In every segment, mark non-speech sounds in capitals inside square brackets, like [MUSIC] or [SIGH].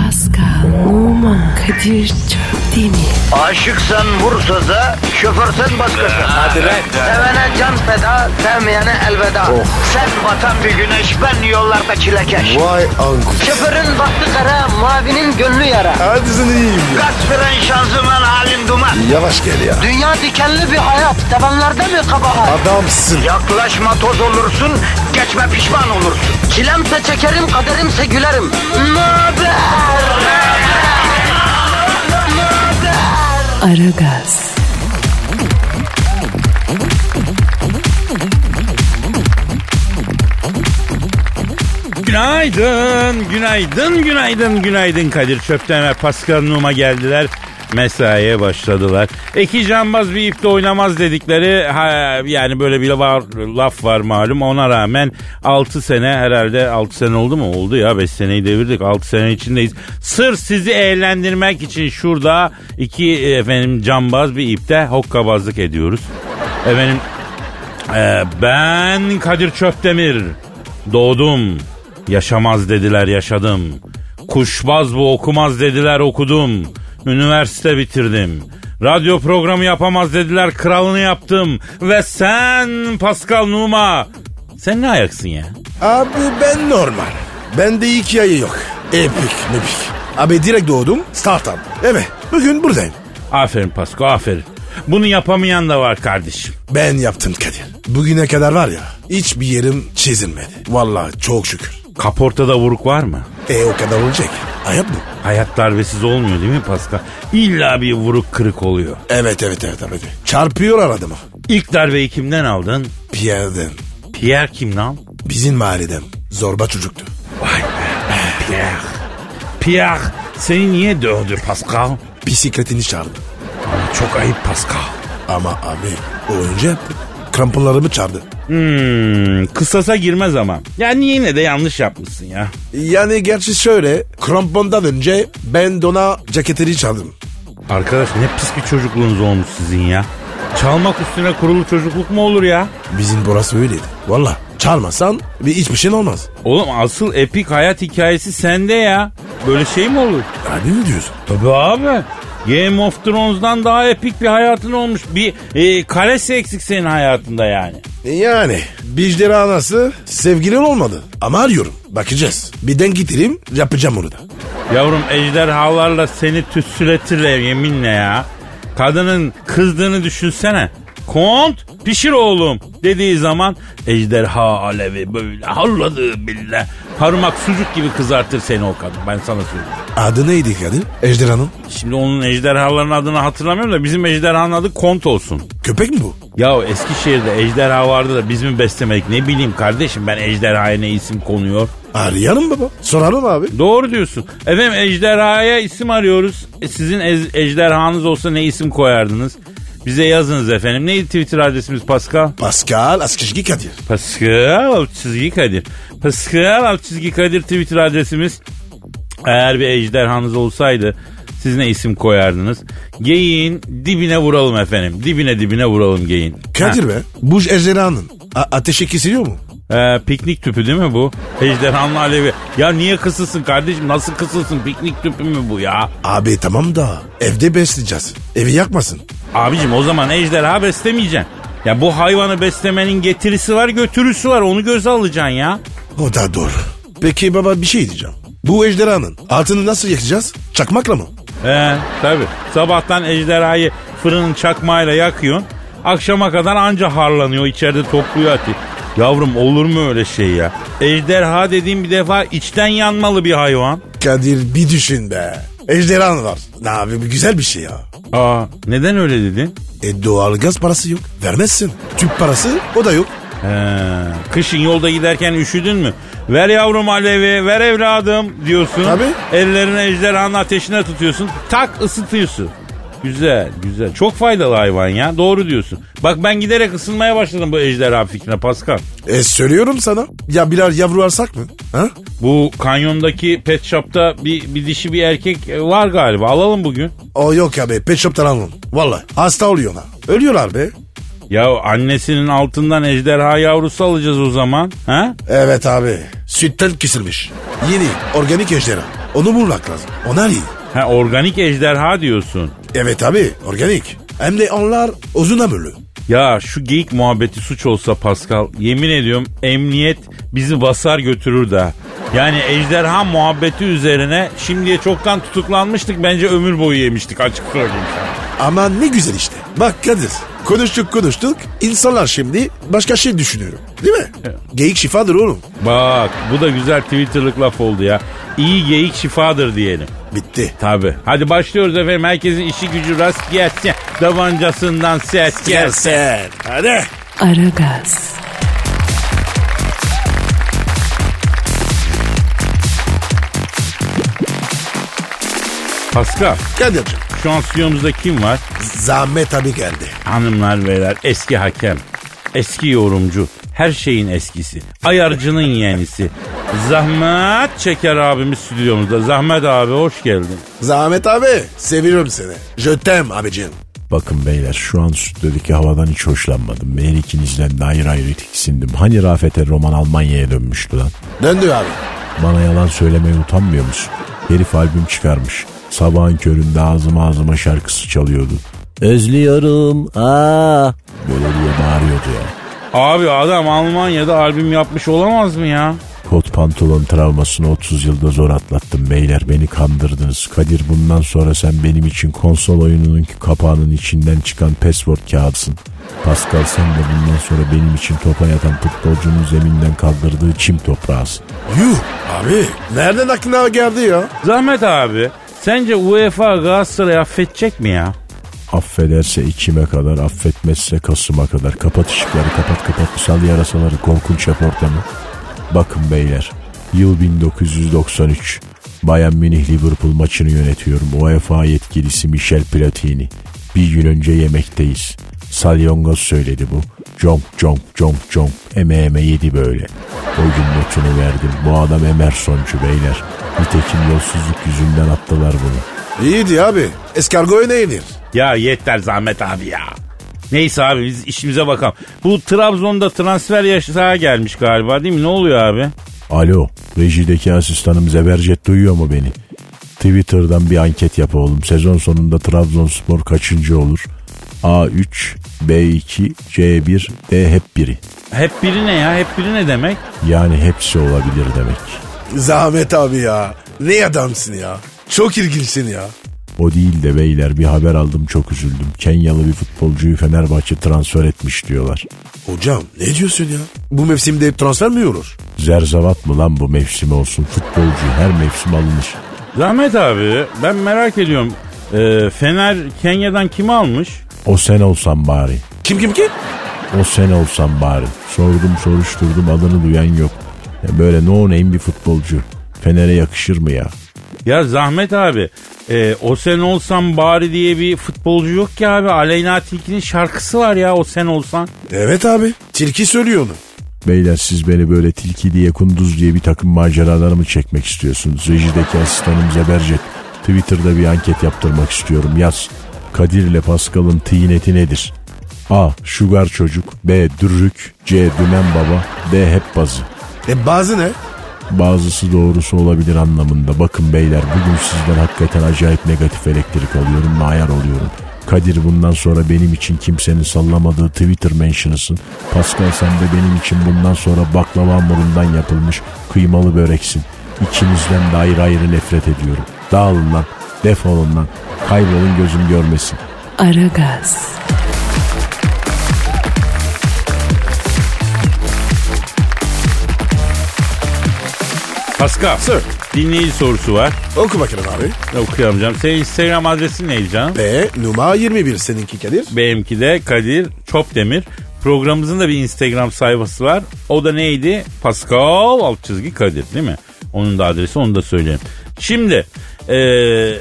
Pascal, Oman, Kadir çok değil mi? Aşıksan vursa da şoförsen başkasın. Hadi lan. Sevene can feda, sevmeyene elveda. Sen batan bir güneş, ben yollarda çilekeş. Vay anku. Şoförün baktı kara, mavinin gönlü yara. Hadi sen iyiyim ya. Kasperen şanzıman halin duman. Yavaş gel ya. Dünya dikenli bir hayat, sevenlerde mi kabahar? Adamsın. Yaklaşma toz olursun, geçme pişman olursun. Çilemse çekerim, kaderimse gülerim. Möber! Aragaz, Günaydın, günaydın, günaydın, günaydın Kadir Çöpten ve Pascal Numa geldiler. Mesaiye başladılar. Eki cambaz bir ipte oynamaz dedikleri ha, yani böyle bir var, laf var malum. Ona rağmen 6 sene herhalde 6 sene oldu mu? Oldu ya 5 seneyi devirdik. 6 sene içindeyiz. Sırf sizi eğlendirmek için şurada iki e, efendim cambaz bir ipte hokkabazlık ediyoruz. Efendim ee, ben Kadir Çöptemir. Doğdum. Yaşamaz dediler yaşadım. Kuşbaz bu okumaz dediler okudum. Üniversite bitirdim. Radyo programı yapamaz dediler kralını yaptım. Ve sen Pascal Numa. Sen ne ayaksın ya? Abi ben normal. Bende hikaye yok. Epik mepik. Abi direkt doğdum. Startup. Evet. Bugün buradayım. Aferin Pascal aferin. Bunu yapamayan da var kardeşim. Ben yaptım Kadir. Bugüne kadar var ya hiçbir yerim çizilmedi. Vallahi çok şükür. Kaportada vuruk var mı? E o kadar olacak. Hayat bu. Hayat darbesiz olmuyor değil mi Pascal? İlla bir vuruk kırık oluyor. Evet evet evet evet. Çarpıyor aradım. İlk darbeyi kimden aldın? Pierre'den. Pierre kim lan? Bizim mahalleden. Zorba çocuktu. Vay be. Pierre. Pierre seni niye dövdü Pascal? Bisikletini çağırdı. Ama çok ayıp Pascal. Ama abi o önce yaptı. Kramponlarımı çağırdı. Hmm, kısasa girmez ama. Yani yine de yanlış yapmışsın ya. Yani gerçi şöyle krampondan önce ben de ona ceketini çaldım. Arkadaş ne pis bir çocukluğunuz olmuş sizin ya. Çalmak üstüne kurulu çocukluk mu olur ya? Bizim burası öyleydi. Valla çalmasan bir hiçbir şey olmaz. Oğlum asıl epik hayat hikayesi sende ya. Böyle şey mi olur? Abi mi diyorsun? Tabii abi. Game of Thrones'dan daha epik bir hayatın olmuş. Bir e, karesi eksik senin hayatında yani. Yani Bicder anası sevgilin olmadı. Ama arıyorum bakacağız. Bir den getireyim yapacağım onu da. Yavrum ejderhalarla seni tütsületirler yeminle ya. Kadının kızdığını düşünsene. Kont pişir oğlum dediği zaman ejderha alevi böyle halladı billah. Parmak sucuk gibi kızartır seni o kadın ben sana söyleyeyim. Adı neydi kadın? Ejderhanın. Şimdi onun ejderhaların adını hatırlamıyorum da bizim ejderhanın adı kont olsun. Köpek mi bu? Ya Eskişehir'de ejderha vardı da biz mi beslemedik ne bileyim kardeşim ben ejderhaya ne isim konuyor. Arayalım baba. Soralım abi. Doğru diyorsun. Efendim ejderhaya isim arıyoruz. E, sizin ez- ejderhanız olsa ne isim koyardınız? Bize yazınız efendim. Neydi Twitter adresimiz Pascal? Pascal Askışki Kadir. Pascal alt çizgi Kadir. Pascal alt çizgi Kadir Twitter adresimiz. Eğer bir ejderhanız olsaydı siz ne isim koyardınız? Geyin dibine vuralım efendim. Dibine dibine vuralım geyin. Kadir be. Bu ejderhanın a- ateşi kesiliyor mu? Ee, piknik tüpü değil mi bu? Ejderhanlı alevi. Ya niye kısılsın kardeşim? Nasıl kısılsın? Piknik tüpü mü bu ya? Abi tamam da evde besleyeceğiz. Evi yakmasın. Abicim o zaman ejderha beslemeyeceksin. Ya bu hayvanı beslemenin getirisi var götürüsü var onu göze alacaksın ya. O da doğru. Peki baba bir şey diyeceğim. Bu ejderhanın altını nasıl yakacağız? Çakmakla mı? He tabi sabahtan ejderhayı fırının çakmağıyla yakıyorsun. Akşama kadar anca harlanıyor içeride topluyor ati. Yavrum olur mu öyle şey ya? Ejderha dediğim bir defa içten yanmalı bir hayvan. Kadir bir düşün be. Ejderhan var. Ne abi bu güzel bir şey ya. Aa neden öyle dedin? E doğalgaz parası yok. Vermezsin. Tüp parası o da yok. He, kışın yolda giderken üşüdün mü? Ver yavrum alevi, ver evladım diyorsun. Tabii. Ellerini ejderhanın ateşine tutuyorsun. Tak ısıtıyorsun. Güzel, güzel. Çok faydalı hayvan ya. Doğru diyorsun. Bak ben giderek ısınmaya başladım bu ejderha fikrine Pascal. E söylüyorum sana. Ya birer yavru alsak mı? Ha? Bu kanyondaki pet shop'ta bir, bir dişi bir erkek e, var galiba. Alalım bugün. O yok abi. Pet shop'tan alın. Valla hasta oluyor ona. Ölüyorlar be. Ya annesinin altından ejderha yavrusu alacağız o zaman. Ha? Evet abi. Sütten kesilmiş. Yeni organik ejderha. Onu bulmak lazım. Onlar iyi. Ha organik ejderha diyorsun. Evet abi organik. Hem de onlar uzun ömürlü. Ya şu geyik muhabbeti suç olsa Pascal yemin ediyorum emniyet bizi basar götürür de. Yani ejderha muhabbeti üzerine şimdiye çoktan tutuklanmıştık bence ömür boyu yemiştik açık söyleyeyim sana. Ama ne güzel işte. Bak Kadir. Konuştuk konuştuk. İnsanlar şimdi başka şey düşünüyor. Değil mi? Geyik şifadır oğlum. Bak bu da güzel Twitter'lık laf oldu ya. İyi geyik şifadır diyelim. Bitti. Tabi. Hadi başlıyoruz efendim. Herkesin işi gücü rast gelsin. Davancasından ses gelsin. Gelsen. Hadi. Aragaz, Pascal Kadir'cim. şu an stüdyomuzda kim var? Zahmet abi geldi. Hanımlar beyler eski hakem, eski yorumcu, her şeyin eskisi, ayarcının yenisi. Zahmet Çeker abimiz stüdyomuzda. Zahmet abi hoş geldin. Zahmet abi seviyorum seni. Je t'aime abicim. Bakın beyler şu an stüdyodaki havadan hiç hoşlanmadım. Her ikinizden de ayrı ayrı tiksindim. Hani Rafet'e roman Almanya'ya dönmüştü lan. Döndü abi. Bana yalan söylemeye utanmıyor musun? Herif albüm çıkarmış. Sabahın köründe ağzıma ağzıma şarkısı çalıyordu. Özlüyorum aa böyle diye bağırıyordu ya. Abi adam Almanya'da albüm yapmış olamaz mı ya? Kot pantolon travmasını 30 yılda zor atlattım beyler beni kandırdınız. Kadir bundan sonra sen benim için konsol oyununun kapağının içinden çıkan password kağıtsın. Pascal sen de bundan sonra benim için topa yatan futbolcunun zeminden kaldırdığı çim toprağısın. Yuh abi nereden aklına geldi ya? Zahmet abi sence UEFA Galatasaray'ı affedecek mi ya? Affederse içime kadar, affetmezse kasıma kadar. Kapat ışıkları, kapat kapat. Sal yarasaları, korkunç yap ortamı. Bakın beyler, yıl 1993. Bayern Münih Liverpool maçını yönetiyorum. UEFA yetkilisi Michel Platini. Bir gün önce yemekteyiz. Salyongoz söyledi bu. Conk conk conk conk eme eme yedi böyle. O gün notunu verdim. Bu adam Emersoncu beyler. Nitekim yolsuzluk yüzünden attılar bunu. İyiydi abi. Eskargoyu neydir? Ya yeter Zahmet abi ya. Neyse abi biz işimize bakalım. Bu Trabzon'da transfer yasağı gelmiş galiba değil mi? Ne oluyor abi? Alo, rejideki asistanım Zebercet duyuyor mu beni? Twitter'dan bir anket yap oğlum. Sezon sonunda Trabzonspor kaçıncı olur? A3, B2, C1, D hep biri. Hep biri ne ya? Hep biri ne demek? Yani hepsi olabilir demek. Zahmet abi ya. Ne adamsın ya. Çok ilginçsin ya. O değil de beyler bir haber aldım çok üzüldüm. Kenyalı bir futbolcuyu Fenerbahçe transfer etmiş diyorlar. Hocam ne diyorsun ya? Bu mevsimde transfer mi olur? Zerzavat mı lan bu mevsim olsun? Futbolcu her mevsim alınır. Zahmet abi ben merak ediyorum. Ee, Fener Kenya'dan kimi almış? O sen olsan bari. Kim kim kim? O sen olsan bari. Sordum soruşturdum adını duyan yok. Ya böyle no name bir futbolcu. Fener'e yakışır mı ya? Ya Zahmet abi e, o sen olsan bari diye bir futbolcu yok ki abi. Aleyna Tilki'nin şarkısı var ya o sen olsan. Evet abi. Tilki söylüyor onu. Beyler siz beni böyle tilki diye kunduz diye bir takım maceralarımı çekmek istiyorsunuz. Rejideki asistanım Zebercet. Twitter'da bir anket yaptırmak istiyorum. Yaz. Kadir ile Pascal'ın tıyneti nedir? A. Şugar çocuk. B. Dürrük. C. Dümen baba. D. Hep bazı. E bazı ne? Bazısı doğrusu olabilir anlamında. Bakın beyler bugün sizden hakikaten acayip negatif elektrik alıyorum, ayar oluyorum. Kadir bundan sonra benim için kimsenin sallamadığı Twitter mentionısın. Pascal sen de benim için bundan sonra baklava hamurundan yapılmış kıymalı böreksin. İkinizden de ayrı ayrı nefret ediyorum. Dağılın lan, defolun lan, kaybolun gözüm görmesin. Aragaz, Pascal. Sir. Dinleyici sorusu var. Oku bakalım abi. Okuyacağım canım. Senin Instagram adresin neydi canım? B numara 21 seninki Kadir. Benimki de Kadir Çopdemir. Programımızın da bir Instagram sayfası var. O da neydi? Pascal alt çizgi Kadir değil mi? Onun da adresi onu da söyleyeyim. Şimdi e,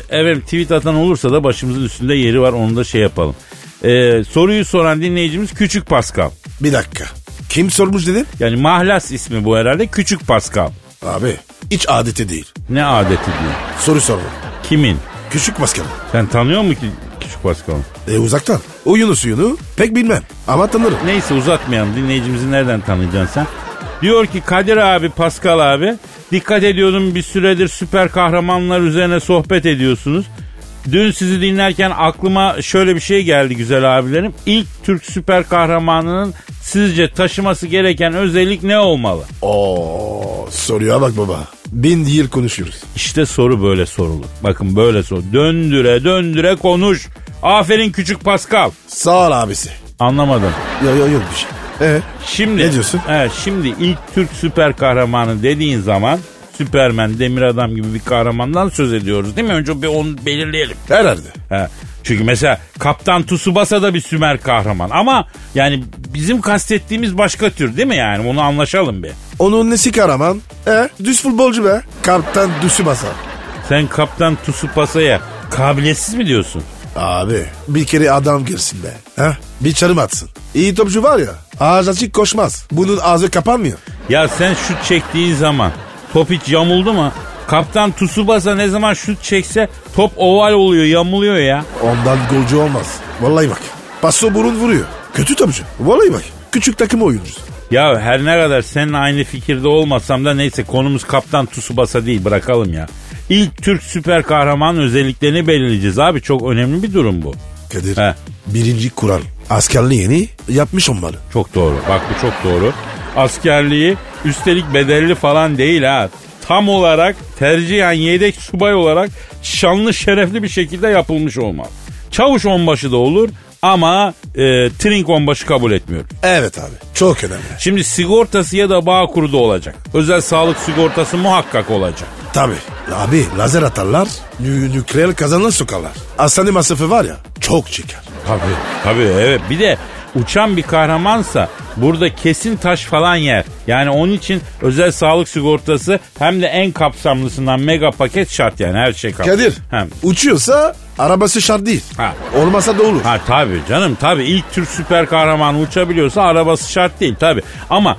efendim tweet atan olursa da başımızın üstünde yeri var onu da şey yapalım. E, soruyu soran dinleyicimiz Küçük Pascal. Bir dakika. Kim sormuş dedin? Yani Mahlas ismi bu herhalde Küçük Pascal. Abi hiç adeti değil. Ne adeti diyor. Soru sorma. Kimin? Küçük Pascal. Sen tanıyor musun ki Küçük Pascal'ı? E uzaktan. Oyunu suyunu pek bilmem ama tanırım. Neyse uzatmayalım dinleyicimizi nereden tanıyacaksın sen? Diyor ki Kadir abi, Pascal abi dikkat ediyordum bir süredir süper kahramanlar üzerine sohbet ediyorsunuz. Dün sizi dinlerken aklıma şöyle bir şey geldi güzel abilerim. İlk Türk süper kahramanının sizce taşıması gereken özellik ne olmalı? Oo, soruya bak baba. Bin yıl konuşuyoruz. İşte soru böyle sorulur. Bakın böyle sor. Döndüre döndüre konuş. Aferin küçük Pascal. Sağ ol abisi. Anlamadım. Yok yok yok bir şey. Ee, Şimdi Ne diyorsun? Evet, şimdi ilk Türk süper kahramanı dediğin zaman Süpermen, Demir Adam gibi bir kahramandan söz ediyoruz değil mi? Önce bir onu belirleyelim. herhalde. He. Çünkü mesela Kaptan Tsubasa da bir Sümer kahraman ama yani bizim kastettiğimiz başka tür değil mi yani? Onu anlaşalım bir. Onun nesi kahraman? Ee, düz futbolcu be. Kaptan düsü basa. Sen Kaptan Tsubasa'ya kabiliyetsiz mi diyorsun? Abi bir kere adam girsin be. Ha? Bir çarım atsın. İyi topçu var ya ağız açık koşmaz. Bunun ağzı kapanmıyor. Ya sen şut çektiğin zaman top hiç yamuldu mu? Kaptan Tsubasa ne zaman şut çekse top oval oluyor, yamuluyor ya. Ondan golcü olmaz. Vallahi bak. Paso burun vuruyor. Kötü topçu. Vallahi bak. Küçük takım oyuncusu. Ya her ne kadar senin aynı fikirde olmasam da neyse konumuz kaptan Tsubasa değil bırakalım ya. İlk Türk süper kahraman özelliklerini belirleyeceğiz abi çok önemli bir durum bu. Kadir. He. Birinci kural. Askerliği yeni yapmış onları. Çok doğru bak bu çok doğru. Askerliği üstelik bedelli falan değil ha. Tam olarak tercihen yedek subay olarak şanlı şerefli bir şekilde yapılmış olmalı. Çavuş onbaşı da olur ama e, trink onbaşı kabul etmiyorum. Evet abi. Çok önemli. Şimdi sigortası ya da bağ kurdu olacak. Özel sağlık sigortası muhakkak olacak. Tabii. Abi lazer atarlar. nü- nükleer kazanlar sokarlar. Hastane masrafı var ya. Çok çıkar. Tabii. Tabii evet. Bir de uçan bir kahramansa burada kesin taş falan yer. Yani onun için özel sağlık sigortası hem de en kapsamlısından mega paket şart yani her şey kapsamlı. Kadir. Hem. Uçuyorsa arabası şart değil. Ha. Olmasa da olur. Ha tabii canım tabii ilk Türk süper kahramanı uçabiliyorsa arabası şart değil tabii. Ama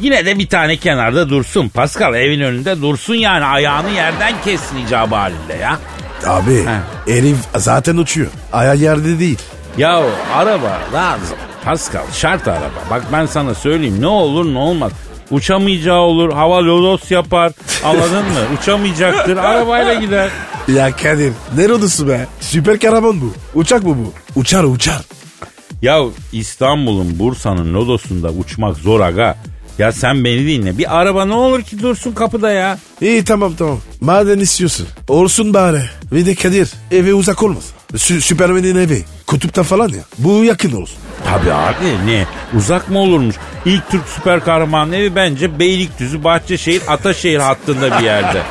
yine de bir tane kenarda dursun. Pascal evin önünde dursun yani ayağını yerden kessin icabı halinde ya. Abi Ha. herif zaten uçuyor. Ayağı yerde değil. Ya araba lazım. Pascal şart araba. Bak ben sana söyleyeyim ne olur ne olmaz. Uçamayacağı olur. Hava lodos yapar. Anladın mı? Uçamayacaktır. Arabayla gider. Ya Kadir ne rodusu be? Süper kahraman bu. Uçak mı bu? Uçar uçar. Ya İstanbul'un Bursa'nın lodosunda uçmak zor aga. Ya sen beni dinle. Bir araba ne olur ki dursun kapıda ya. İyi tamam tamam. Madem istiyorsun. Olsun bari. Ve de Kadir eve uzak olmaz. Sü- Süpermen'in evi. Kutupta falan ya. Bu yakın olsun. Tabii abi ne? Uzak mı olurmuş? İlk Türk süper kahraman evi bence Beylikdüzü, Bahçeşehir, Ataşehir hattında bir yerde.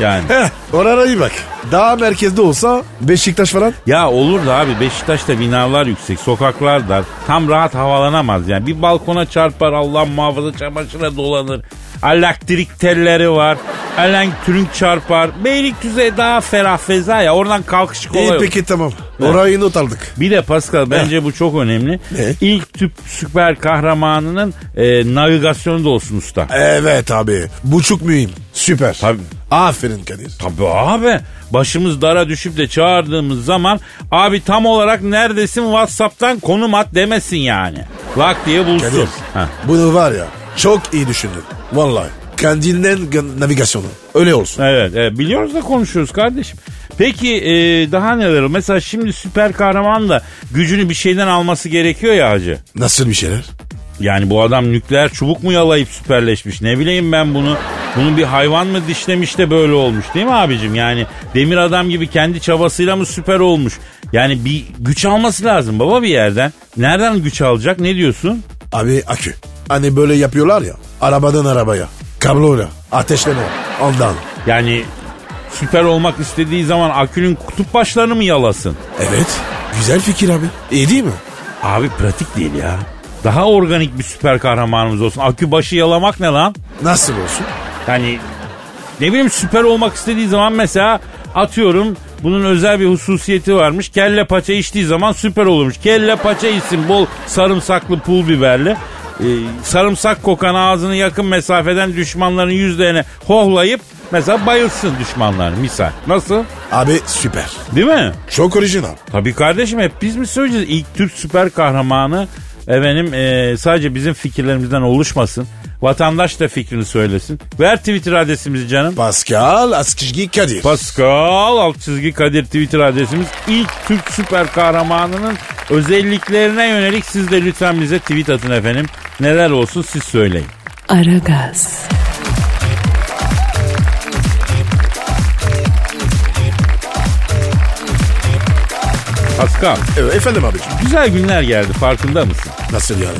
Yani. Heh orana iyi bak. Daha merkezde olsa Beşiktaş falan. Ya olur da abi Beşiktaş'ta binalar yüksek, sokaklar dar. Tam rahat havalanamaz yani. Bir balkona çarpar Allah muhafaza çamaşıra dolanır. Elektrik telleri var. Elen türünk çarpar. Beylikdüzü daha ferah feza ya. Oradan kalkış kolay. İyi olur. peki tamam. Orayı not aldık. Bir de Pascal bence bu çok önemli. Ne? İlk tüp süper kahramanının e, navigasyonu da olsun usta. Evet abi. Bu çok mühim. Süper. Tabii. Aferin Kadir. Tabii abi. Başımız dara düşüp de çağırdığımız zaman abi tam olarak neredesin Whatsapp'tan konum at demesin yani. Lak diye bulsun. Kadir. Ha. Bunu var ya çok iyi düşündün. Vallahi. Kendinden gö- navigasyonu. Öyle olsun. Evet, evet biliyoruz da konuşuyoruz kardeşim. Peki e, daha neler? Mesela şimdi süper kahraman da gücünü bir şeyden alması gerekiyor ya hacı. Nasıl bir şeyler? Yani bu adam nükleer çubuk mu yalayıp süperleşmiş ne bileyim ben bunu. Bunu bir hayvan mı dişlemiş de böyle olmuş değil mi abicim? Yani demir adam gibi kendi çabasıyla mı süper olmuş? Yani bir güç alması lazım baba bir yerden. Nereden güç alacak ne diyorsun? Abi akü. Hani böyle yapıyorlar ya. Arabadan arabaya. Kabloyla. Ateşleme. Ondan. Yani süper olmak istediği zaman akülün kutup başlarını mı yalasın? Evet. Güzel fikir abi. İyi değil mi? Abi pratik değil ya. Daha organik bir süper kahramanımız olsun. Akü başı yalamak ne lan? Nasıl olsun? Yani ne bileyim süper olmak istediği zaman mesela atıyorum bunun özel bir hususiyeti varmış. Kelle paça içtiği zaman süper olurmuş. Kelle paça içsin bol sarımsaklı pul biberli. e, sarımsak kokan ağzını yakın mesafeden düşmanların yüzlerine hohlayıp mesela bayılsın düşmanlar misal. Nasıl? Abi süper. Değil mi? Çok orijinal. Tabii kardeşim hep biz mi söyleyeceğiz? İlk Türk süper kahramanı efendim e, sadece bizim fikirlerimizden oluşmasın. Vatandaş da fikrini söylesin. Ver Twitter adresimizi canım. Pascal Askizgi Kadir. Pascal alt çizgi Kadir Twitter adresimiz. İlk Türk süper kahramanının özelliklerine yönelik siz de lütfen bize tweet atın efendim. Neler olsun siz söyleyin. Aragaz, Pascal Evet, E, efendim abicim. güzel günler geldi farkında mısın? Nasıl yani?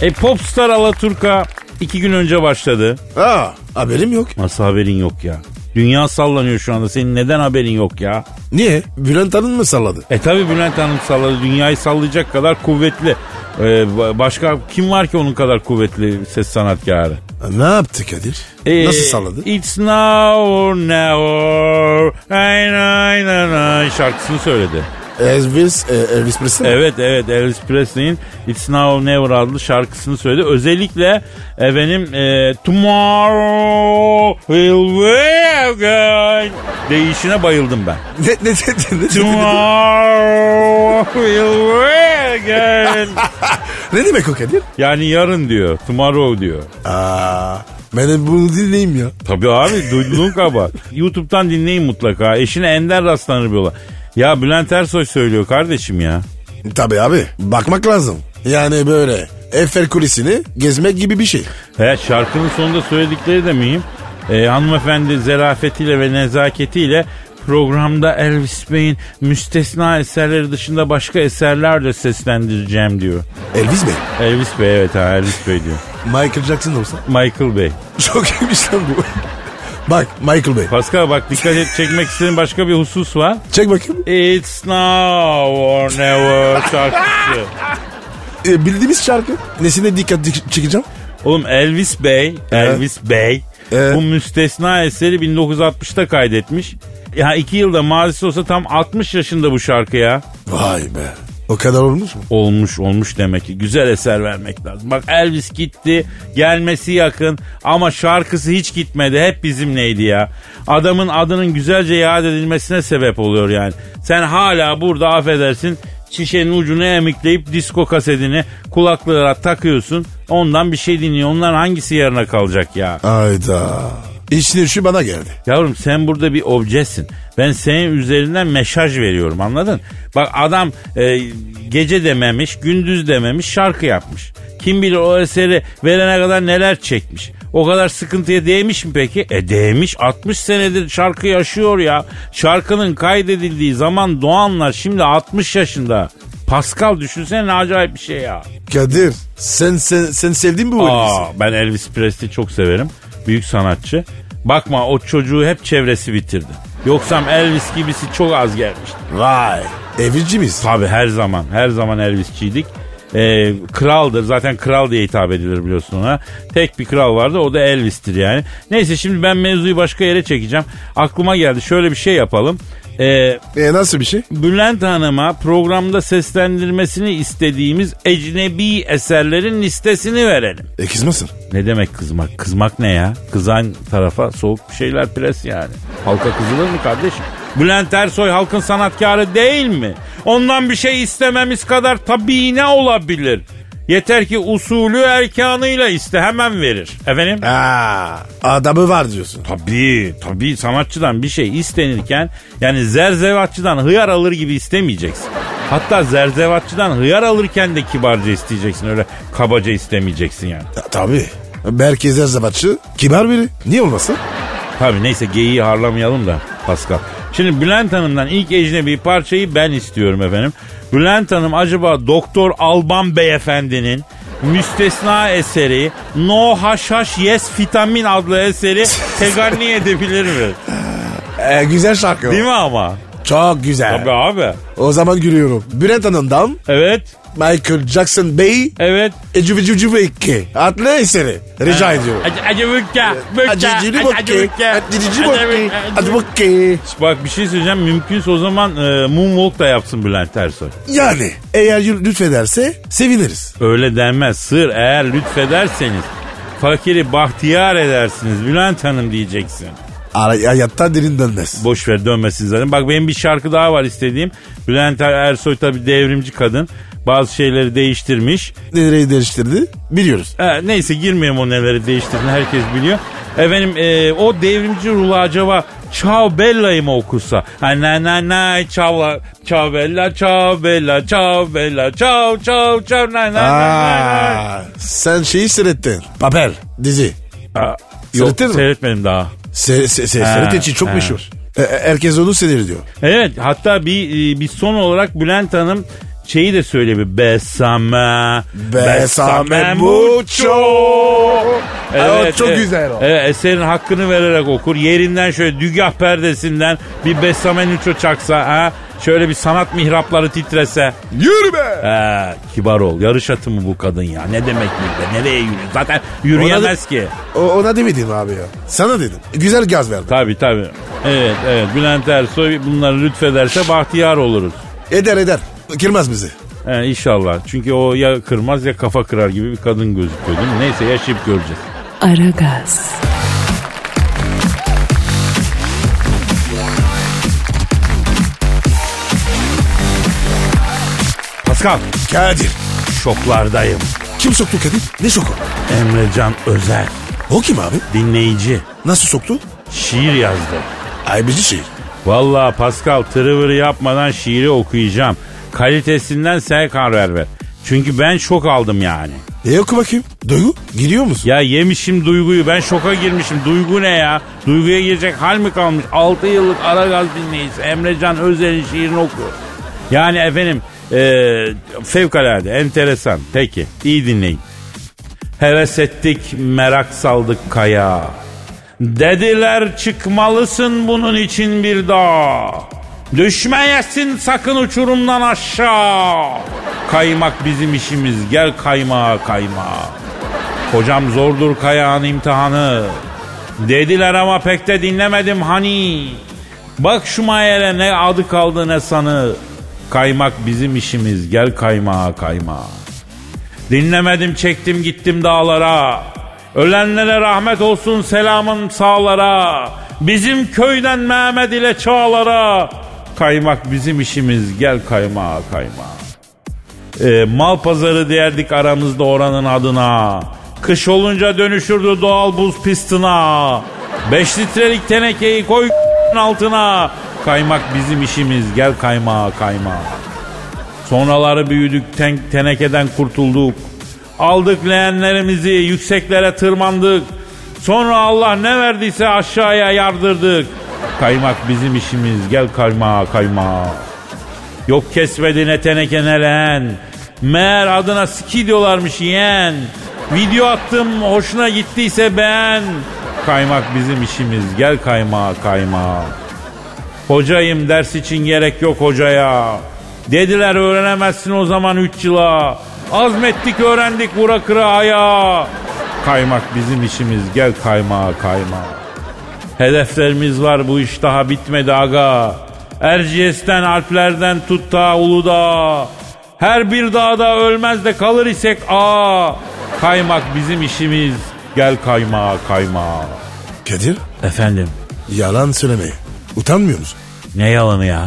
E Popstar Alaturka iki gün önce başladı. Aa, haberim yok. Nasıl haberin yok ya? Dünya sallanıyor şu anda. Senin neden haberin yok ya? Niye? Bülent Hanım mı salladı? E tabi Bülent Hanım salladı. Dünyayı sallayacak kadar kuvvetli. E, ba- başka kim var ki onun kadar kuvvetli ses sanatkarı? Ha, Ne yaptı Kadir? E, Nasıl salladı? It's now or never. Ay, ay, ay, ay şarkısını söyledi. Elvis, e, Elvis Presley mi? Evet evet Elvis Presley'in It's Now or Never adlı şarkısını söyledi. Özellikle efendim e, Tomorrow will be again deyişine bayıldım [LAUGHS] ben. [LAUGHS] Ne, ne, ne, ne, ne, ne, Tomorrow will be again. ne demek o Kadir? Yani yarın diyor. Tomorrow diyor. Aa, ben de bunu dinleyeyim ya. Tabii abi duyduğun kaba. YouTube'dan dinleyin mutlaka. Eşine ender rastlanır bir olay. Ya Bülent Ersoy söylüyor kardeşim ya. Tabii abi bakmak lazım. Yani böyle Eiffel Kulesi'ni gezmek gibi bir şey. He, şarkının sonunda söyledikleri de mühim. Ee, hanımefendi zerafetiyle ve nezaketiyle programda Elvis Bey'in müstesna eserleri dışında başka eserler de seslendireceğim diyor. Elvis Bey. Elvis Bey evet ha Elvis Bey diyor. Michael Jackson olsa. Michael Bey. [LAUGHS] Çok iyiymiş lan bu. Bak Michael Bey. Pascal bak dikkat et çekmek istediğim başka bir husus var. Çek bakayım. It's now or never şarkısı. E, bildiğimiz şarkı. Nesine dikkat dik- çekeceğim? Oğlum Elvis Bey, Elvis Bey Evet. bu müstesna eseri 1960'ta kaydetmiş. Ya iki yılda mazisi olsa tam 60 yaşında bu şarkı ya. Vay be. O kadar olmuş mu? Olmuş olmuş demek ki güzel eser vermek lazım. Bak Elvis gitti gelmesi yakın ama şarkısı hiç gitmedi hep bizimleydi ya. Adamın adının güzelce yad edilmesine sebep oluyor yani. Sen hala burada affedersin şişenin ucunu emikleyip disko kasetini kulaklara takıyorsun. Ondan bir şey dinliyor. Onların hangisi yarına kalacak ya? Ayda. İşin şu bana geldi. Yavrum sen burada bir objesin. Ben senin üzerinden mesaj veriyorum anladın? Bak adam e, gece dememiş, gündüz dememiş şarkı yapmış. Kim bilir o eseri verene kadar neler çekmiş. O kadar sıkıntıya değmiş mi peki? E değmiş. 60 senedir şarkı yaşıyor ya. Şarkının kaydedildiği zaman Doğanlar şimdi 60 yaşında. Pascal düşünsene ne acayip bir şey ya. Kadir sen sen, sen sevdin mi bu Elvis'i? Aa, ben Elvis Presley çok severim. Büyük sanatçı. Bakma o çocuğu hep çevresi bitirdi. Yoksam Elvis gibisi çok az gelmişti. Vay. Evici miyiz? Tabi her zaman her zaman Elvisçiydik. Ee, kraldır zaten kral diye hitap edilir biliyorsun ona. Tek bir kral vardı o da Elvis'tir yani. Neyse şimdi ben mevzuyu başka yere çekeceğim. Aklıma geldi şöyle bir şey yapalım. Ee, E, nasıl bir şey? Bülent Hanım'a programda seslendirmesini istediğimiz ecnebi eserlerin listesini verelim. E kızmasın. Ne demek kızmak? Kızmak ne ya? Kızan tarafa soğuk bir şeyler pres yani. Halka kızılır mı kardeşim? Bülent Ersoy halkın sanatkarı değil mi? Ondan bir şey istememiz kadar tabii ne olabilir? Yeter ki usulü erkanıyla iste hemen verir. Efendim? Aa, adamı var diyorsun. E, Tabii tabii sanatçıdan bir şey istenirken yani zerzevatçıdan hıyar alır gibi istemeyeceksin. Hatta zerzevatçıdan hıyar alırken de kibarca isteyeceksin öyle kabaca istemeyeceksin yani. Ta- tabii. Belki Zerzabatçı kibar biri. Niye olmasın? Tabii neyse geyiği harlamayalım da Pascal. Şimdi Bülent Hanım'dan ilk ecnebi parçayı ben istiyorum efendim. Bülent Hanım acaba Doktor Alban Beyefendi'nin müstesna eseri No Haşhaş Yes Vitamin adlı eseri teganni edebilir mi? E, güzel şarkı. o. Değil mi ama? Çok güzel. Tabii abi. O zaman gülüyorum. Bülent Hanım'dan Evet. Michael Jackson Bey Evet. Ecü Vücü Vücü Vekki adlı eseri rica ediyorum. Acı, acı bükka. Acıcı Vekki. Acıcı Vekki. Acı Vekki. Bak bir şey söyleyeceğim. Mümkünse o zaman e, Moonwalk da yapsın Bülent Ersoy. Yani eğer lütfederse seviniriz. Öyle denmez. Sır eğer lütfederseniz fakiri bahtiyar edersiniz Bülent Hanım diyeceksin. Ara- Hayatta dilin dönmez. Boş ver dönmesin zaten. Bak benim bir şarkı daha var istediğim. Bülent Ersoy tabi devrimci kadın. Bazı şeyleri değiştirmiş. Nereyi değiştirdi biliyoruz. Ha, neyse girmeyeyim o neleri değiştirdiğini herkes biliyor. Efendim e, o devrimci ruhu acaba Ciao Bella'yı mı okusa? Ha, na na na Ciao Ciao Bella Ciao Bella Ciao Bella Ciao Ciao Ciao Ee, na na na na. Aa, sen şeyi seyrettin. Papel. Dizi. Aa, Yok Seyrettin mi? seyretmedim daha. Se, se, se, seyret için çok ha. meşhur. E- e- herkes onu seyrediyor. Evet hatta bir e, bir son olarak Bülent Hanım şeyi de söyle bir besame Besame mucho. Evet, çok güzel o. Evet, eserin hakkını vererek okur. Yerinden şöyle dügah perdesinden bir besame nuço çaksa ha. Şöyle bir sanat mihrapları titrese. Yürü be. Ha, kibar ol. Yarış atı mı bu kadın ya? Ne demek yürü? Nereye yürüyor? Zaten yürüyemez ki. O, ona demedim abi ya. Sana dedim. Güzel gaz verdim. Tabii tabii. Evet evet. Bülent Ersoy bunları lütfederse bahtiyar oluruz. Eder eder. Girmez bizi. He, inşallah. Çünkü o ya kırmaz ya kafa kırar gibi bir kadın gözüküyor değil mi? Neyse yaşayıp göreceğiz. Aragaz, Pascal Kadir. şoklardayım. Kim soktu Kadir? Ne soku? Emrecan Özer O kim abi? dinleyici Nasıl soktu? şiir yazdı. Aybici şey. Vallahi Pascal tırıvırı yapmadan şiiri okuyacağım. Kalitesinden sen karar ver. Çünkü ben şok aldım yani. E oku bakayım. Duygu gidiyor musun? Ya yemişim duyguyu ben şoka girmişim. Duygu ne ya? Duyguya girecek hal mi kalmış? 6 yıllık Aragaz dinleyicisi Emrecan Özer'in şiirini okuyor. Yani efendim eee fevkalade enteresan. Peki iyi dinleyin. Heves ettik merak saldık kaya. Dediler çıkmalısın bunun için bir daha. Düşmeyesin sakın uçurumdan aşağı. Kaymak bizim işimiz gel kaymağa kaymağa. Hocam zordur kayağın imtihanı. Dediler ama pek de dinlemedim hani. Bak şu mayere ne adı kaldı ne sanı. Kaymak bizim işimiz gel kaymağa kaymağa. Dinlemedim çektim gittim dağlara. Ölenlere rahmet olsun selamın sağlara. Bizim köyden Mehmet ile çağlara. Kaymak bizim işimiz gel kaymağa kaymağa. E, mal pazarı derdik aramızda oranın adına. Kış olunca dönüşürdü doğal buz pistına. 5 litrelik tenekeyi koy [LAUGHS] altına. Kaymak bizim işimiz gel kaymağa kaymağa. Sonraları büyüdük ten- tenekeden kurtulduk. Aldık leğenlerimizi yükseklere tırmandık. Sonra Allah ne verdiyse aşağıya yardırdık. Kaymak bizim işimiz gel kaymağa kaymağa. Yok kesmedi ne teneke ne leğen. Meğer adına ski diyorlarmış yeğen. Video attım hoşuna gittiyse beğen. Kaymak bizim işimiz gel kaymağa kaymağa. Hocayım ders için gerek yok hocaya. Dediler öğrenemezsin o zaman üç yıla. Azmettik öğrendik vura kıra ayağa. Kaymak bizim işimiz gel kaymağa kaymağa. Hedeflerimiz var bu iş daha bitmedi aga. Erciyes'ten Alplerden tut ta Uludağ. Her bir dağda ölmez de kalır isek a. Kaymak bizim işimiz. Gel kaymağa kaymağa. Kadir Efendim yalan söylemeye. Utanmıyor musun? ne yalanı ya?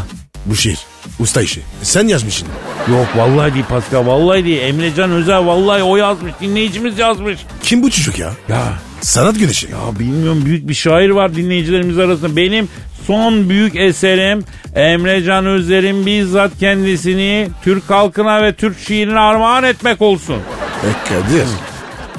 Bu şiir. Usta işi. Sen yazmışsın. Yok vallahi değil Pascal vallahi değil. Emrecan Özer vallahi o yazmış dinleyicimiz yazmış. Kim bu çocuk ya? Ya Sanat güneşi. ya bilmiyorum büyük bir şair var dinleyicilerimiz arasında. Benim son büyük eserim Emrecan Özer'in bizzat kendisini Türk halkına ve Türk şiirine armağan etmek olsun. E Kadir.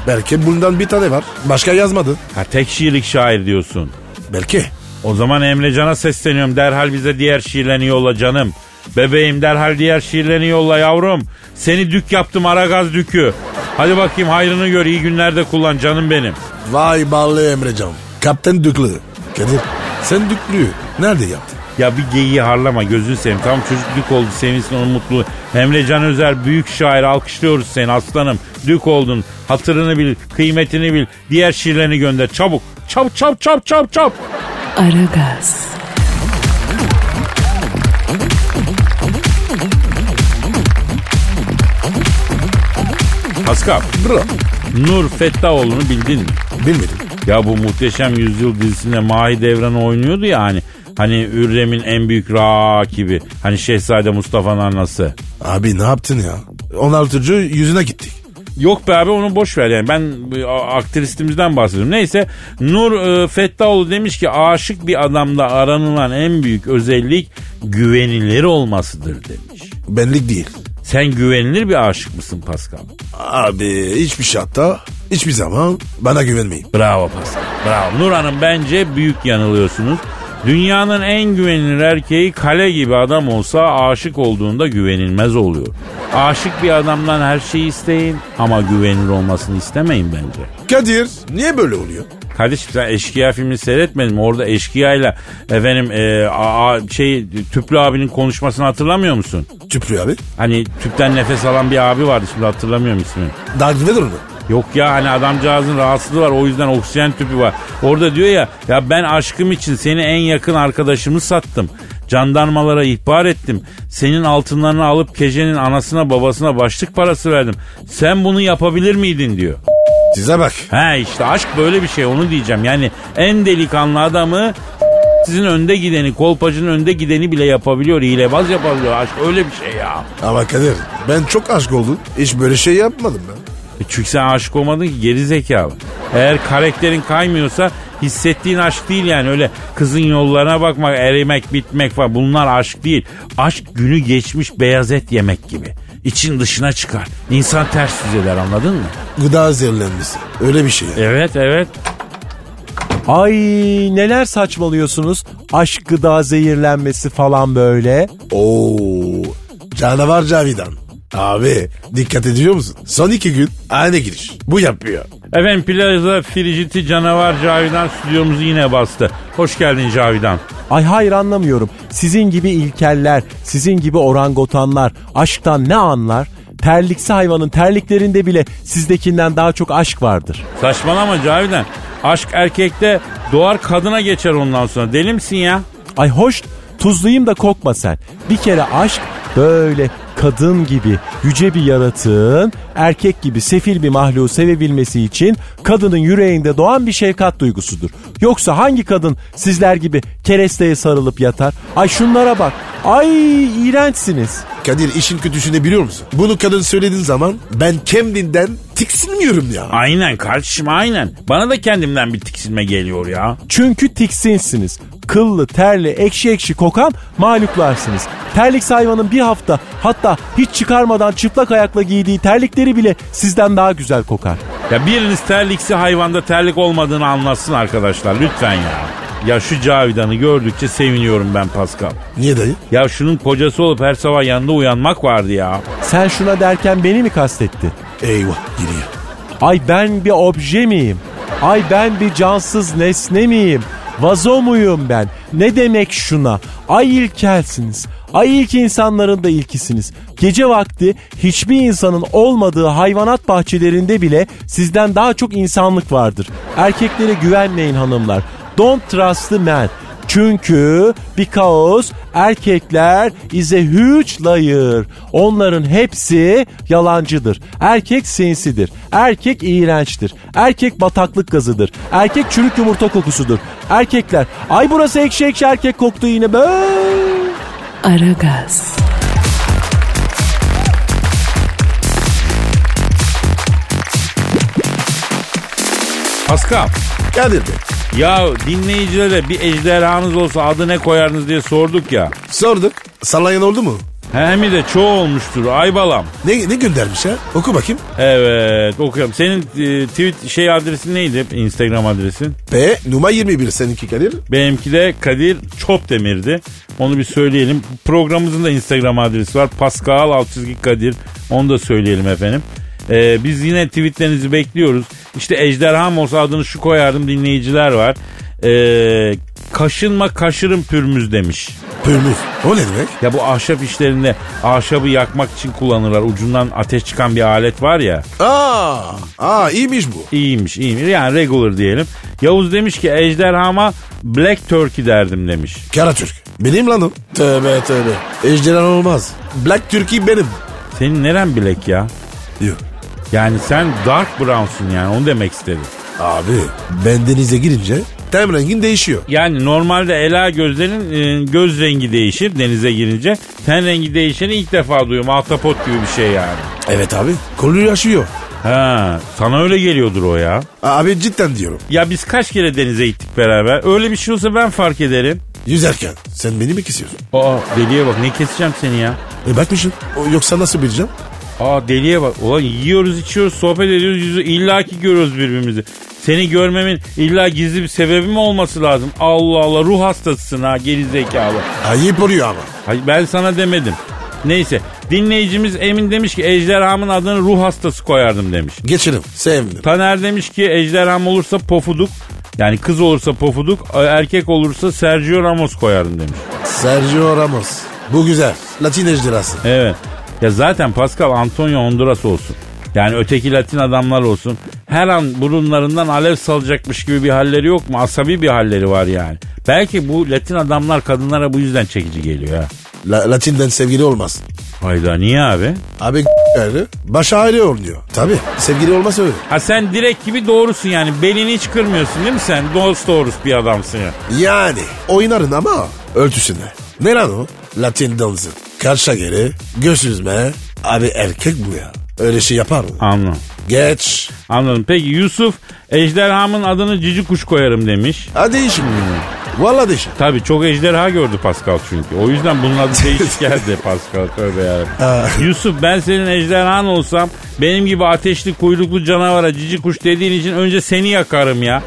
Belki bundan bir tane var. Başka yazmadı. Ha tek şiirlik şair diyorsun. Belki. O zaman Emrecan'a sesleniyorum. Derhal bize diğer şiirlerini yolla canım. Bebeğim derhal diğer şiirlerini yolla yavrum. Seni dük yaptım Aragaz dükü. Hadi bakayım hayrını gör iyi günlerde kullan canım benim. Vay ballı Emrecan. Kapten Düklü. Kadir sen Düklü Nerede yaptın? Ya bir geyiği harlama gözünü seveyim. Tam çocukluk oldu sevinsin onun mutluluğu. Emre Can Özer büyük şair alkışlıyoruz seni aslanım. Dük oldun. Hatırını bil, kıymetini bil. Diğer şiirlerini gönder çabuk. Çap çap çap çap çap. Aragaz, Paskal, Bro. Nur Fettaoğlu'nu bildin mi? Bilmedim. Ya bu muhteşem yüzyıl dizisinde Mahi Devran oynuyordu ya hani. Hani Ürrem'in en büyük rakibi. Hani Şehzade Mustafa'nın annesi. Abi ne yaptın ya? 16. yüzüne gittik. Yok be abi onu boş ver yani. Ben e, a- aktivistimizden bahsediyorum. Neyse Nur e, Fettaoğlu demiş ki aşık bir adamda aranılan en büyük özellik güvenilir olmasıdır demiş. Benlik değil. Sen güvenilir bir aşık mısın Pascal? Abi hiçbir şartta, hiçbir zaman bana güvenmeyin. Bravo Pascal. Bravo. Nur Hanım bence büyük yanılıyorsunuz. Dünyanın en güvenilir erkeği kale gibi adam olsa aşık olduğunda güvenilmez oluyor. Aşık bir adamdan her şeyi isteyin ama güvenilir olmasını istemeyin bence. Kadir niye böyle oluyor? Kardeşim sen Eşkıya filmini seyretmedin mi? Orada Eşkıya'yla efendim e, a- a- şey Tüplü abinin konuşmasını hatırlamıyor musun? Tüplü abi. Hani tüpten nefes alan bir abi vardı şimdi hatırlamıyorum ismini. Dark Vader mı? Yok ya hani adamcağızın rahatsızlığı var o yüzden oksijen tüpü var. Orada diyor ya ya ben aşkım için seni en yakın arkadaşımı sattım. Jandarmalara ihbar ettim. Senin altınlarını alıp Kejen'in anasına babasına başlık parası verdim. Sen bunu yapabilir miydin diyor. Size bak. He işte aşk böyle bir şey onu diyeceğim. Yani en delikanlı adamı sizin önde gideni, kolpacının önde gideni bile yapabiliyor. Hilebaz yapabiliyor. Aşk öyle bir şey ya. Ama Kadir ben çok aşk oldum. Hiç böyle şey yapmadım ben. E Çünkü sen aşık olmadın ki geri zekalı. Eğer karakterin kaymıyorsa hissettiğin aşk değil yani öyle kızın yollarına bakmak, erimek, bitmek falan bunlar aşk değil. Aşk günü geçmiş beyaz et yemek gibi. İçin dışına çıkar. İnsan ters yüz eder anladın mı? Gıda zehirlenmesi. Öyle bir şey. ya. Evet evet. Ay neler saçmalıyorsunuz? Aşk gıda zehirlenmesi falan böyle. Oo. Canavar Cavidan. Abi dikkat ediyor musun? Son iki gün aynı giriş. Bu yapıyor. Efendim plaza frijiti canavar Cavidan stüdyomuzu yine bastı. Hoş geldin Cavidan. Ay hayır anlamıyorum. Sizin gibi ilkeller, sizin gibi orangotanlar aşktan ne anlar? Terliksi hayvanın terliklerinde bile sizdekinden daha çok aşk vardır. Saçmalama Cavidan. Aşk erkekte doğar kadına geçer ondan sonra. Deli misin ya? Ay hoş tuzluyum da kokma sen. Bir kere aşk böyle kadın gibi yüce bir yaratığın erkek gibi sefil bir mahluğu sevebilmesi için kadının yüreğinde doğan bir şefkat duygusudur. Yoksa hangi kadın sizler gibi keresteye sarılıp yatar? Ay şunlara bak. Ay iğrençsiniz. Kadir işin kötüsünü biliyor musun? Bunu kadın söylediğin zaman ben kendimden tiksinmiyorum ya. Aynen kardeşim aynen. Bana da kendimden bir tiksinme geliyor ya. Çünkü tiksinsiniz. Kıllı, terli, ekşi ekşi kokan mahluklarsınız. Terlik hayvanın bir hafta hatta hiç çıkarmadan çıplak ayakla giydiği terlikleri bile sizden daha güzel kokar. Ya biriniz terliksi hayvanda terlik olmadığını anlatsın arkadaşlar lütfen ya. Ya şu Cavidan'ı gördükçe seviniyorum ben Pascal. Niye dayı? Ya şunun kocası olup her sabah yanında uyanmak vardı ya. Sen şuna derken beni mi kastettin? Eyvah giriyor. Ay ben bir obje miyim? Ay ben bir cansız nesne miyim? Vazo muyum ben? Ne demek şuna? Ay ilkelsiniz. Ay ilk insanların da ilkisiniz. Gece vakti hiçbir insanın olmadığı hayvanat bahçelerinde bile sizden daha çok insanlık vardır. Erkeklere güvenmeyin hanımlar. Don't trust the man. Çünkü because erkekler is a huge liar. Onların hepsi yalancıdır. Erkek sinsidir. Erkek iğrençtir. Erkek bataklık gazıdır. Erkek çürük yumurta kokusudur. Erkekler ay burası ekşi ekşi erkek koktu yine böyle. Aragaz, Pascal. Kadir Bey Ya dinleyicilere bir ejderhanız olsa adı ne koyardınız diye sorduk ya. sorduk. Sallayan oldu mu? Hem de çoğu olmuştur aybalam. Ne, ne göndermiş ha? Oku bakayım. Evet okuyorum. Senin e, tweet şey adresin neydi? Instagram adresin. P numara 21 seninki Kadir. Benimki de Kadir Çopdemir'di. Onu bir söyleyelim. Programımızın da Instagram adresi var. Pascal alt çizgi Kadir. Onu da söyleyelim efendim. Ee, biz yine tweetlerinizi bekliyoruz. İşte ejderham olsa adını şu koyardım dinleyiciler var. Ee, Kaşınma kaşırım pürmüz demiş. Pürmüz. O ne demek? Ya bu ahşap işlerinde ahşabı yakmak için kullanırlar. Ucundan ateş çıkan bir alet var ya. Aa, aa iyiymiş bu. İyiymiş iyiymiş yani regular diyelim. Yavuz demiş ki ejderhama black turkey derdim demiş. Kara Türk. Benim lan o. Tövbe tövbe. Ejderhan olmaz. Black Turkey benim. Senin neren black ya? Yok. Yani sen dark brown'sun yani onu demek istedim. Abi ben denize girince ten rengin değişiyor. Yani normalde ela gözlerin e, göz rengi değişir denize girince. Ten rengi değişeni ilk defa duyuyorum. Altapot gibi bir şey yani. Evet abi. Kolunu yaşıyor. Ha, sana öyle geliyordur o ya. Abi cidden diyorum. Ya biz kaç kere denize gittik beraber. Öyle bir şey olsa ben fark ederim. Yüzerken sen beni mi kesiyorsun? Aa deliye bak ne keseceğim seni ya. E bakmışsın. O- Yoksa nasıl bileceğim? Aa deliye bak. Ulan yiyoruz içiyoruz sohbet ediyoruz yüzü illaki görüyoruz birbirimizi. Seni görmemin illa gizli bir sebebi mi olması lazım? Allah Allah ruh hastasısın ha gerizekalı. Ayıp oluyor ama. Hayır ben sana demedim. Neyse dinleyicimiz Emin demiş ki ejderhamın adını ruh hastası koyardım demiş. Geçelim. Sevdim. Taner demiş ki ejderham olursa pofuduk. Yani kız olursa pofuduk, erkek olursa Sergio Ramos koyardım demiş. Sergio Ramos. Bu güzel. Latin ejderhası. Evet. Ya zaten Pascal Antonio Honduras olsun. Yani öteki Latin adamlar olsun. Her an burunlarından alev salacakmış gibi bir halleri yok mu? Asabi bir halleri var yani. Belki bu Latin adamlar kadınlara bu yüzden çekici geliyor ha. La- Latin'den sevgili olmaz. Hayda niye abi? Abi ayrı. Baş ayrı olmuyor. Tabii. Sevgili olmaz öyle. Ha sen direkt gibi doğrusun yani. Belini hiç kırmıyorsun değil mi sen? Dost doğrusu bir adamsın ya. Yani oynarın ama örtüsünde. Ne lan o? Latin dansı. Karşa geri, göz yüzme. Abi erkek bu ya. Öyle şey yapar mı? Anladım. Geç. Anladım. Peki Yusuf ejderhamın adını cici kuş koyarım demiş. Hadi işim. Valla değişim. Tabii çok ejderha gördü Pascal çünkü. O yüzden bunun adı değişik geldi Pascal. Tövbe yarabbim. Yusuf ben senin ejderhan olsam benim gibi ateşli kuyruklu canavara cici kuş dediğin için önce seni yakarım ya.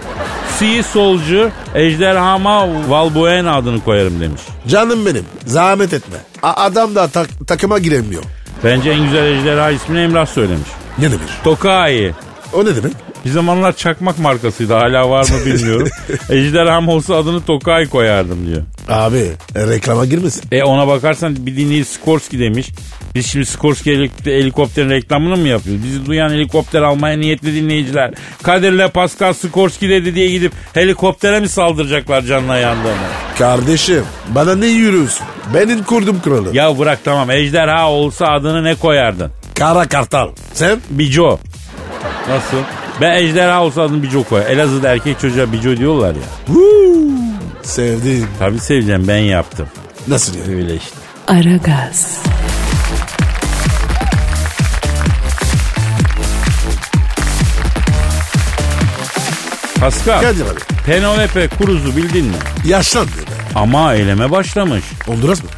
Sea Soldier ejderhama Valbuena adını koyarım demiş. Canım benim. Zahmet etme. A- adam da tak- takıma giremiyor. Bence en güzel ejderha ismini Emrah söylemiş. Ne demek? Tokai. O ne demek? Bir zamanlar çakmak markasıydı hala var mı bilmiyorum. ejderham olsa adını Tokai koyardım diyor. Abi e, reklama girmesin. E ona bakarsan bir dinleyici Skorsky demiş. Biz şimdi Skorsky helik- helikopterin reklamını mı yapıyoruz? Bizi duyan helikopter almaya niyetli dinleyiciler. Kadir'le Pascal Skorsky dedi diye gidip helikoptere mi saldıracaklar canına yandığına? Kardeşim bana ne yürüyorsun? Benim kurdum kralı. Ya bırak tamam ejderha olsa adını ne koyardın? Kara kartal. Sen? Bico. Nasıl? Ben ejderha olsa adını Bico koy. Elazığ'da erkek çocuğa Bico diyorlar ya. Huu. Sevdim. Tabii seveceğim ben yaptım. Nasıl yani? Öyle işte. Aragaz, Pascal, Kadir abi. Penelope Cruz'u bildin mi? Yaşlandı be. Ama eyleme başlamış. Honduras mı?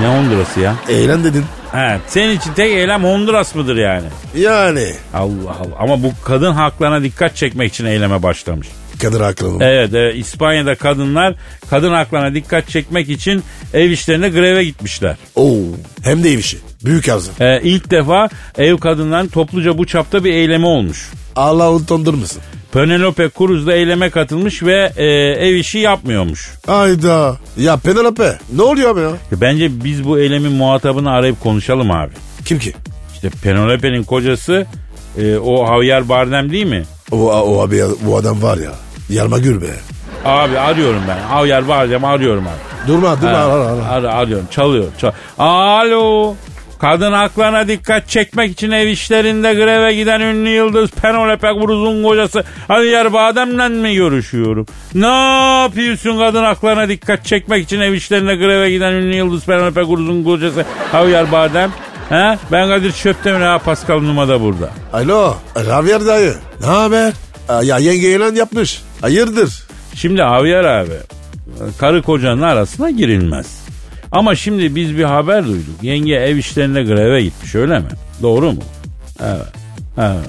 Ne Hondurası ya? Eğlen dedin. He, senin için tek eylem Honduras mıdır yani? Yani. Allah Allah. Ama bu kadın haklarına dikkat çekmek için eyleme başlamış. Kadir Akran'ın. Evet, e, İspanya'da kadınlar kadın haklarına dikkat çekmek için ev işlerine greve gitmişler. Oo. Hem de ev işi. Büyük avzı. E, ilk defa ev kadınların topluca bu çapta bir eylemi olmuş. Allah utandırmasın. Penelope Cruz da eyleme katılmış ve e, ev işi yapmıyormuş. Ayda. Ya Penelope. Ne oluyor abi ya? E, Bence biz bu eylemin muhatabını arayıp konuşalım abi. Kim ki? İşte Penelope'nin kocası e, o Javier Bardem değil mi? O, o abi ya, bu adam var ya. Yarma gül be. Abi arıyorum ben. Javier Bardem arıyorum abi. Durma durma. Ha, Ara, ara. Ar- arıyorum çalıyor. çal- Alo. Kadın haklarına dikkat çekmek için ev işlerinde greve giden ünlü yıldız Penelope Cruz'un kocası Javier Badem'le mi görüşüyorum? Ne yapıyorsun kadın haklarına dikkat çekmek için ev işlerinde greve giden ünlü yıldız Penelope Cruz'un kocası Javier Badem? He? Ben Kadir Çöptemir ha Pascal Numa da burada. Alo. Javier dayı. Ne haber? Aa, Ya yenge eğlen yapmış. Hayırdır? Şimdi Javier abi karı kocanın arasına girilmez. Ama şimdi biz bir haber duyduk. Yenge ev işlerinde greve gitmiş öyle mi? Doğru mu? Evet. Evet.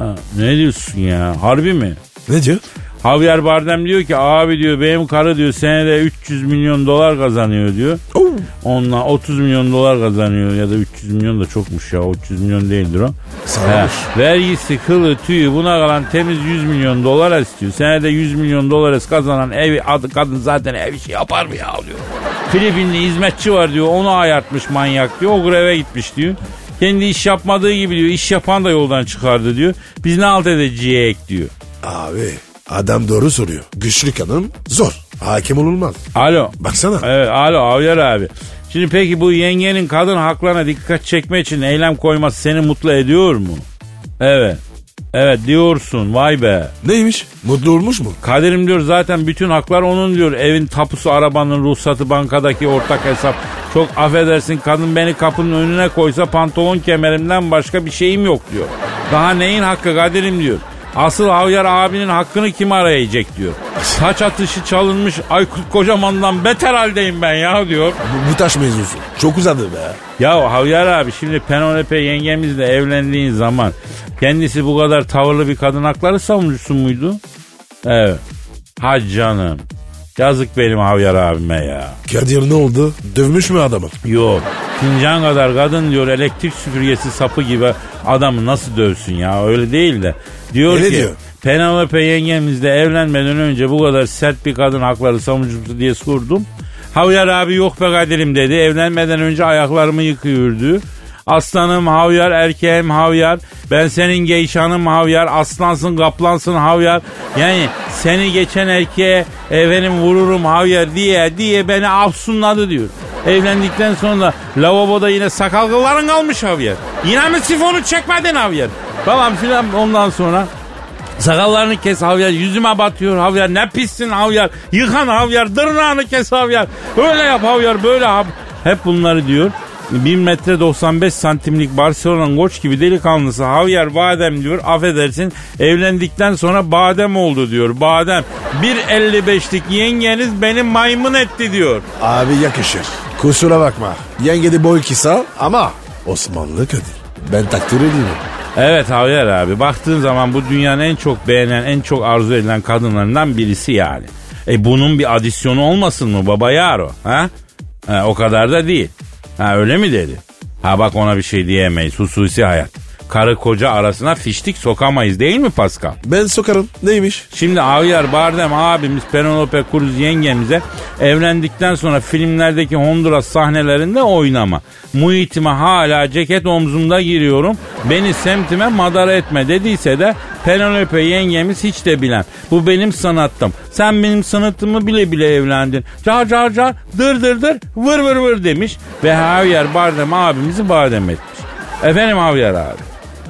evet. Ne diyorsun ya? Harbi mi? Ne diyor? Javier Bardem diyor ki abi diyor benim karı diyor senede 300 milyon dolar kazanıyor diyor. Oo. Onunla 30 milyon dolar kazanıyor ya da 300 milyon da çokmuş ya. 300 milyon değildir o. Sarhoş. He, vergisi, kılı, tüyü buna kalan temiz 100 milyon dolar istiyor. Senede 100 milyon dolar kazanan evi adı kadın zaten ev işi yapar mı ya diyor. Filipinli hizmetçi var diyor onu ayartmış manyak diyor. O greve gitmiş diyor. Kendi iş yapmadığı gibi diyor. iş yapan da yoldan çıkardı diyor. Biz ne halt edeceğiz diyor. Abi adam doğru soruyor. Güçlü kadın zor. Hakim olunmaz. Alo. Baksana. Evet alo Avyar abi. Şimdi peki bu yengenin kadın haklarına dikkat çekme için eylem koyması seni mutlu ediyor mu? Evet. Evet diyorsun vay be. Neymiş? Mutlu olmuş mu? Kadir'im diyor zaten bütün haklar onun diyor. Evin tapusu, arabanın ruhsatı, bankadaki ortak hesap. Çok affedersin kadın beni kapının önüne koysa pantolon kemerimden başka bir şeyim yok diyor. Daha neyin hakkı Kadir'im diyor. Asıl Havyar abinin hakkını kim arayacak diyor. Taç atışı çalınmış Aykut Kocaman'dan beter haldeyim ben ya diyor. Bu, bu taş mevzusu. Çok uzadı be. Ya Havyar abi şimdi Penelope yengemizle evlendiğin zaman kendisi bu kadar tavırlı bir kadın hakları savunucusu muydu? Evet. Ha canım. Yazık benim Havyar abime ya. Kadir ne oldu? Dövmüş mü adamı? Yok. Fincan kadar kadın diyor elektrik süpürgesi sapı gibi adamı nasıl dövsün ya öyle değil de. Diyor Öyle ki diyor. Penelope yengemizle evlenmeden önce bu kadar sert bir kadın hakları savunucusu diye sordum. Havyar abi yok be kaderim dedi. Evlenmeden önce ayaklarımı yıkıyordu. Aslanım havyar, erkeğim havyar. Ben senin geyşanım havyar. Aslansın, kaplansın havyar. Yani seni geçen erkeğe efendim vururum havyar diye diye beni afsunladı diyor. Evlendikten sonra lavaboda yine sakal kılların kalmış havyar. Yine mi sifonu çekmedin havyar? Falan filan ondan sonra Sakallarını kes havyar, yüzüme batıyor havyar, ne pissin havyar, yıkan havyar, dırnağını kes havyar, öyle yap havyar, böyle yap. Hep bunları diyor. 1 metre 95 santimlik Barcelona koç gibi delikanlısı Javier Badem diyor. Affedersin evlendikten sonra badem oldu diyor. Badem 1.55'lik yengeniz beni maymun etti diyor. Abi yakışır. Kusura bakma. Yenge de boy kısa ama Osmanlı Kadir. Ben takdir ediyorum. Evet Javier abi baktığın zaman bu dünyanın en çok beğenen en çok arzu edilen kadınlarından birisi yani. E bunun bir adisyonu olmasın mı baba yaro ha? Ha, o kadar da değil. Ha öyle mi dedi? Ha bak ona bir şey diyemeyiz hususi hayat. Karı koca arasına fiştik sokamayız değil mi Pascal? Ben sokarım. Neymiş? Şimdi Javier Bardem abimiz Penelope Cruz yengemize evlendikten sonra filmlerdeki Honduras sahnelerinde oynama. Muhitime hala ceket omzumda giriyorum. Beni semtime madara etme dediyse de Penelope yengemiz hiç de bilen. Bu benim sanatım. Sen benim sanatımı bile bile evlendin. Car car car dır dır dır vır vır vır demiş. Ve Javier Bardem abimizi badem etmiş. Efendim Javier abi.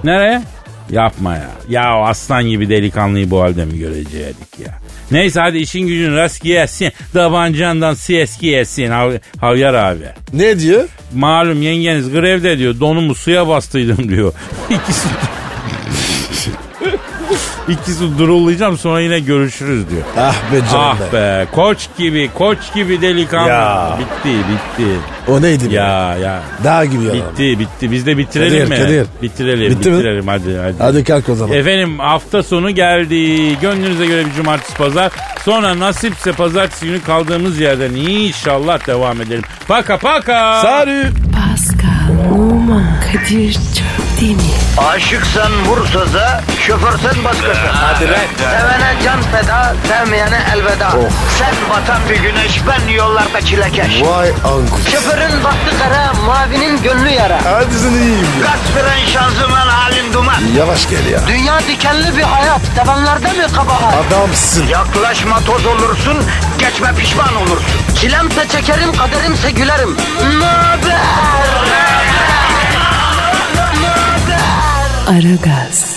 Nereye? Yapma ya. Ya o aslan gibi delikanlıyı bu halde mi görecektik ya? Neyse hadi işin gücün rast gelsin. Davancandan CS gelsin Hav- Havyar abi. Ne diyor? Malum yengeniz grevde diyor. Donumu suya bastıydım [LAUGHS] diyor. İkisi... İkisi durulayacağım sonra yine görüşürüz diyor. Ah be canım ah be. be koç gibi koç gibi delikanlı. Ya. Bitti bitti. O neydi be? Ya ya. Dağ gibi yalan. Bitti bitti. Biz de bitirelim Kadir, mi? Kadir. Bitirelim Bitti mi? bitirelim hadi hadi. Hadi kalk o zaman. Efendim hafta sonu geldi. Gönlünüze göre bir cumartesi pazar. Sonra nasipse pazartesi günü kaldığımız yerden inşallah devam edelim. Paka paka. Sarı. Pascal, Oman, Kadir çok değil mi? Aşıksan vursa da, şoförsen başkasın. Hadi Sevene can feda, sevmeyene elveda. Sen batan bir güneş, ben yollarda çilekeş. Vay anku. Şoförün baktı kara, mavinin gönlü yara. Hadi sen iyiyim ya. Kasperen şanzıman halin duman. Yavaş gel ya. Dünya dikenli bir hayat, sevenlerde mi kabahar? Adamsın. Yaklaşma toz olursun, geçme pişman olursun. Çilemse çekerim, kaderimse gülerim. Möber! Aragaz.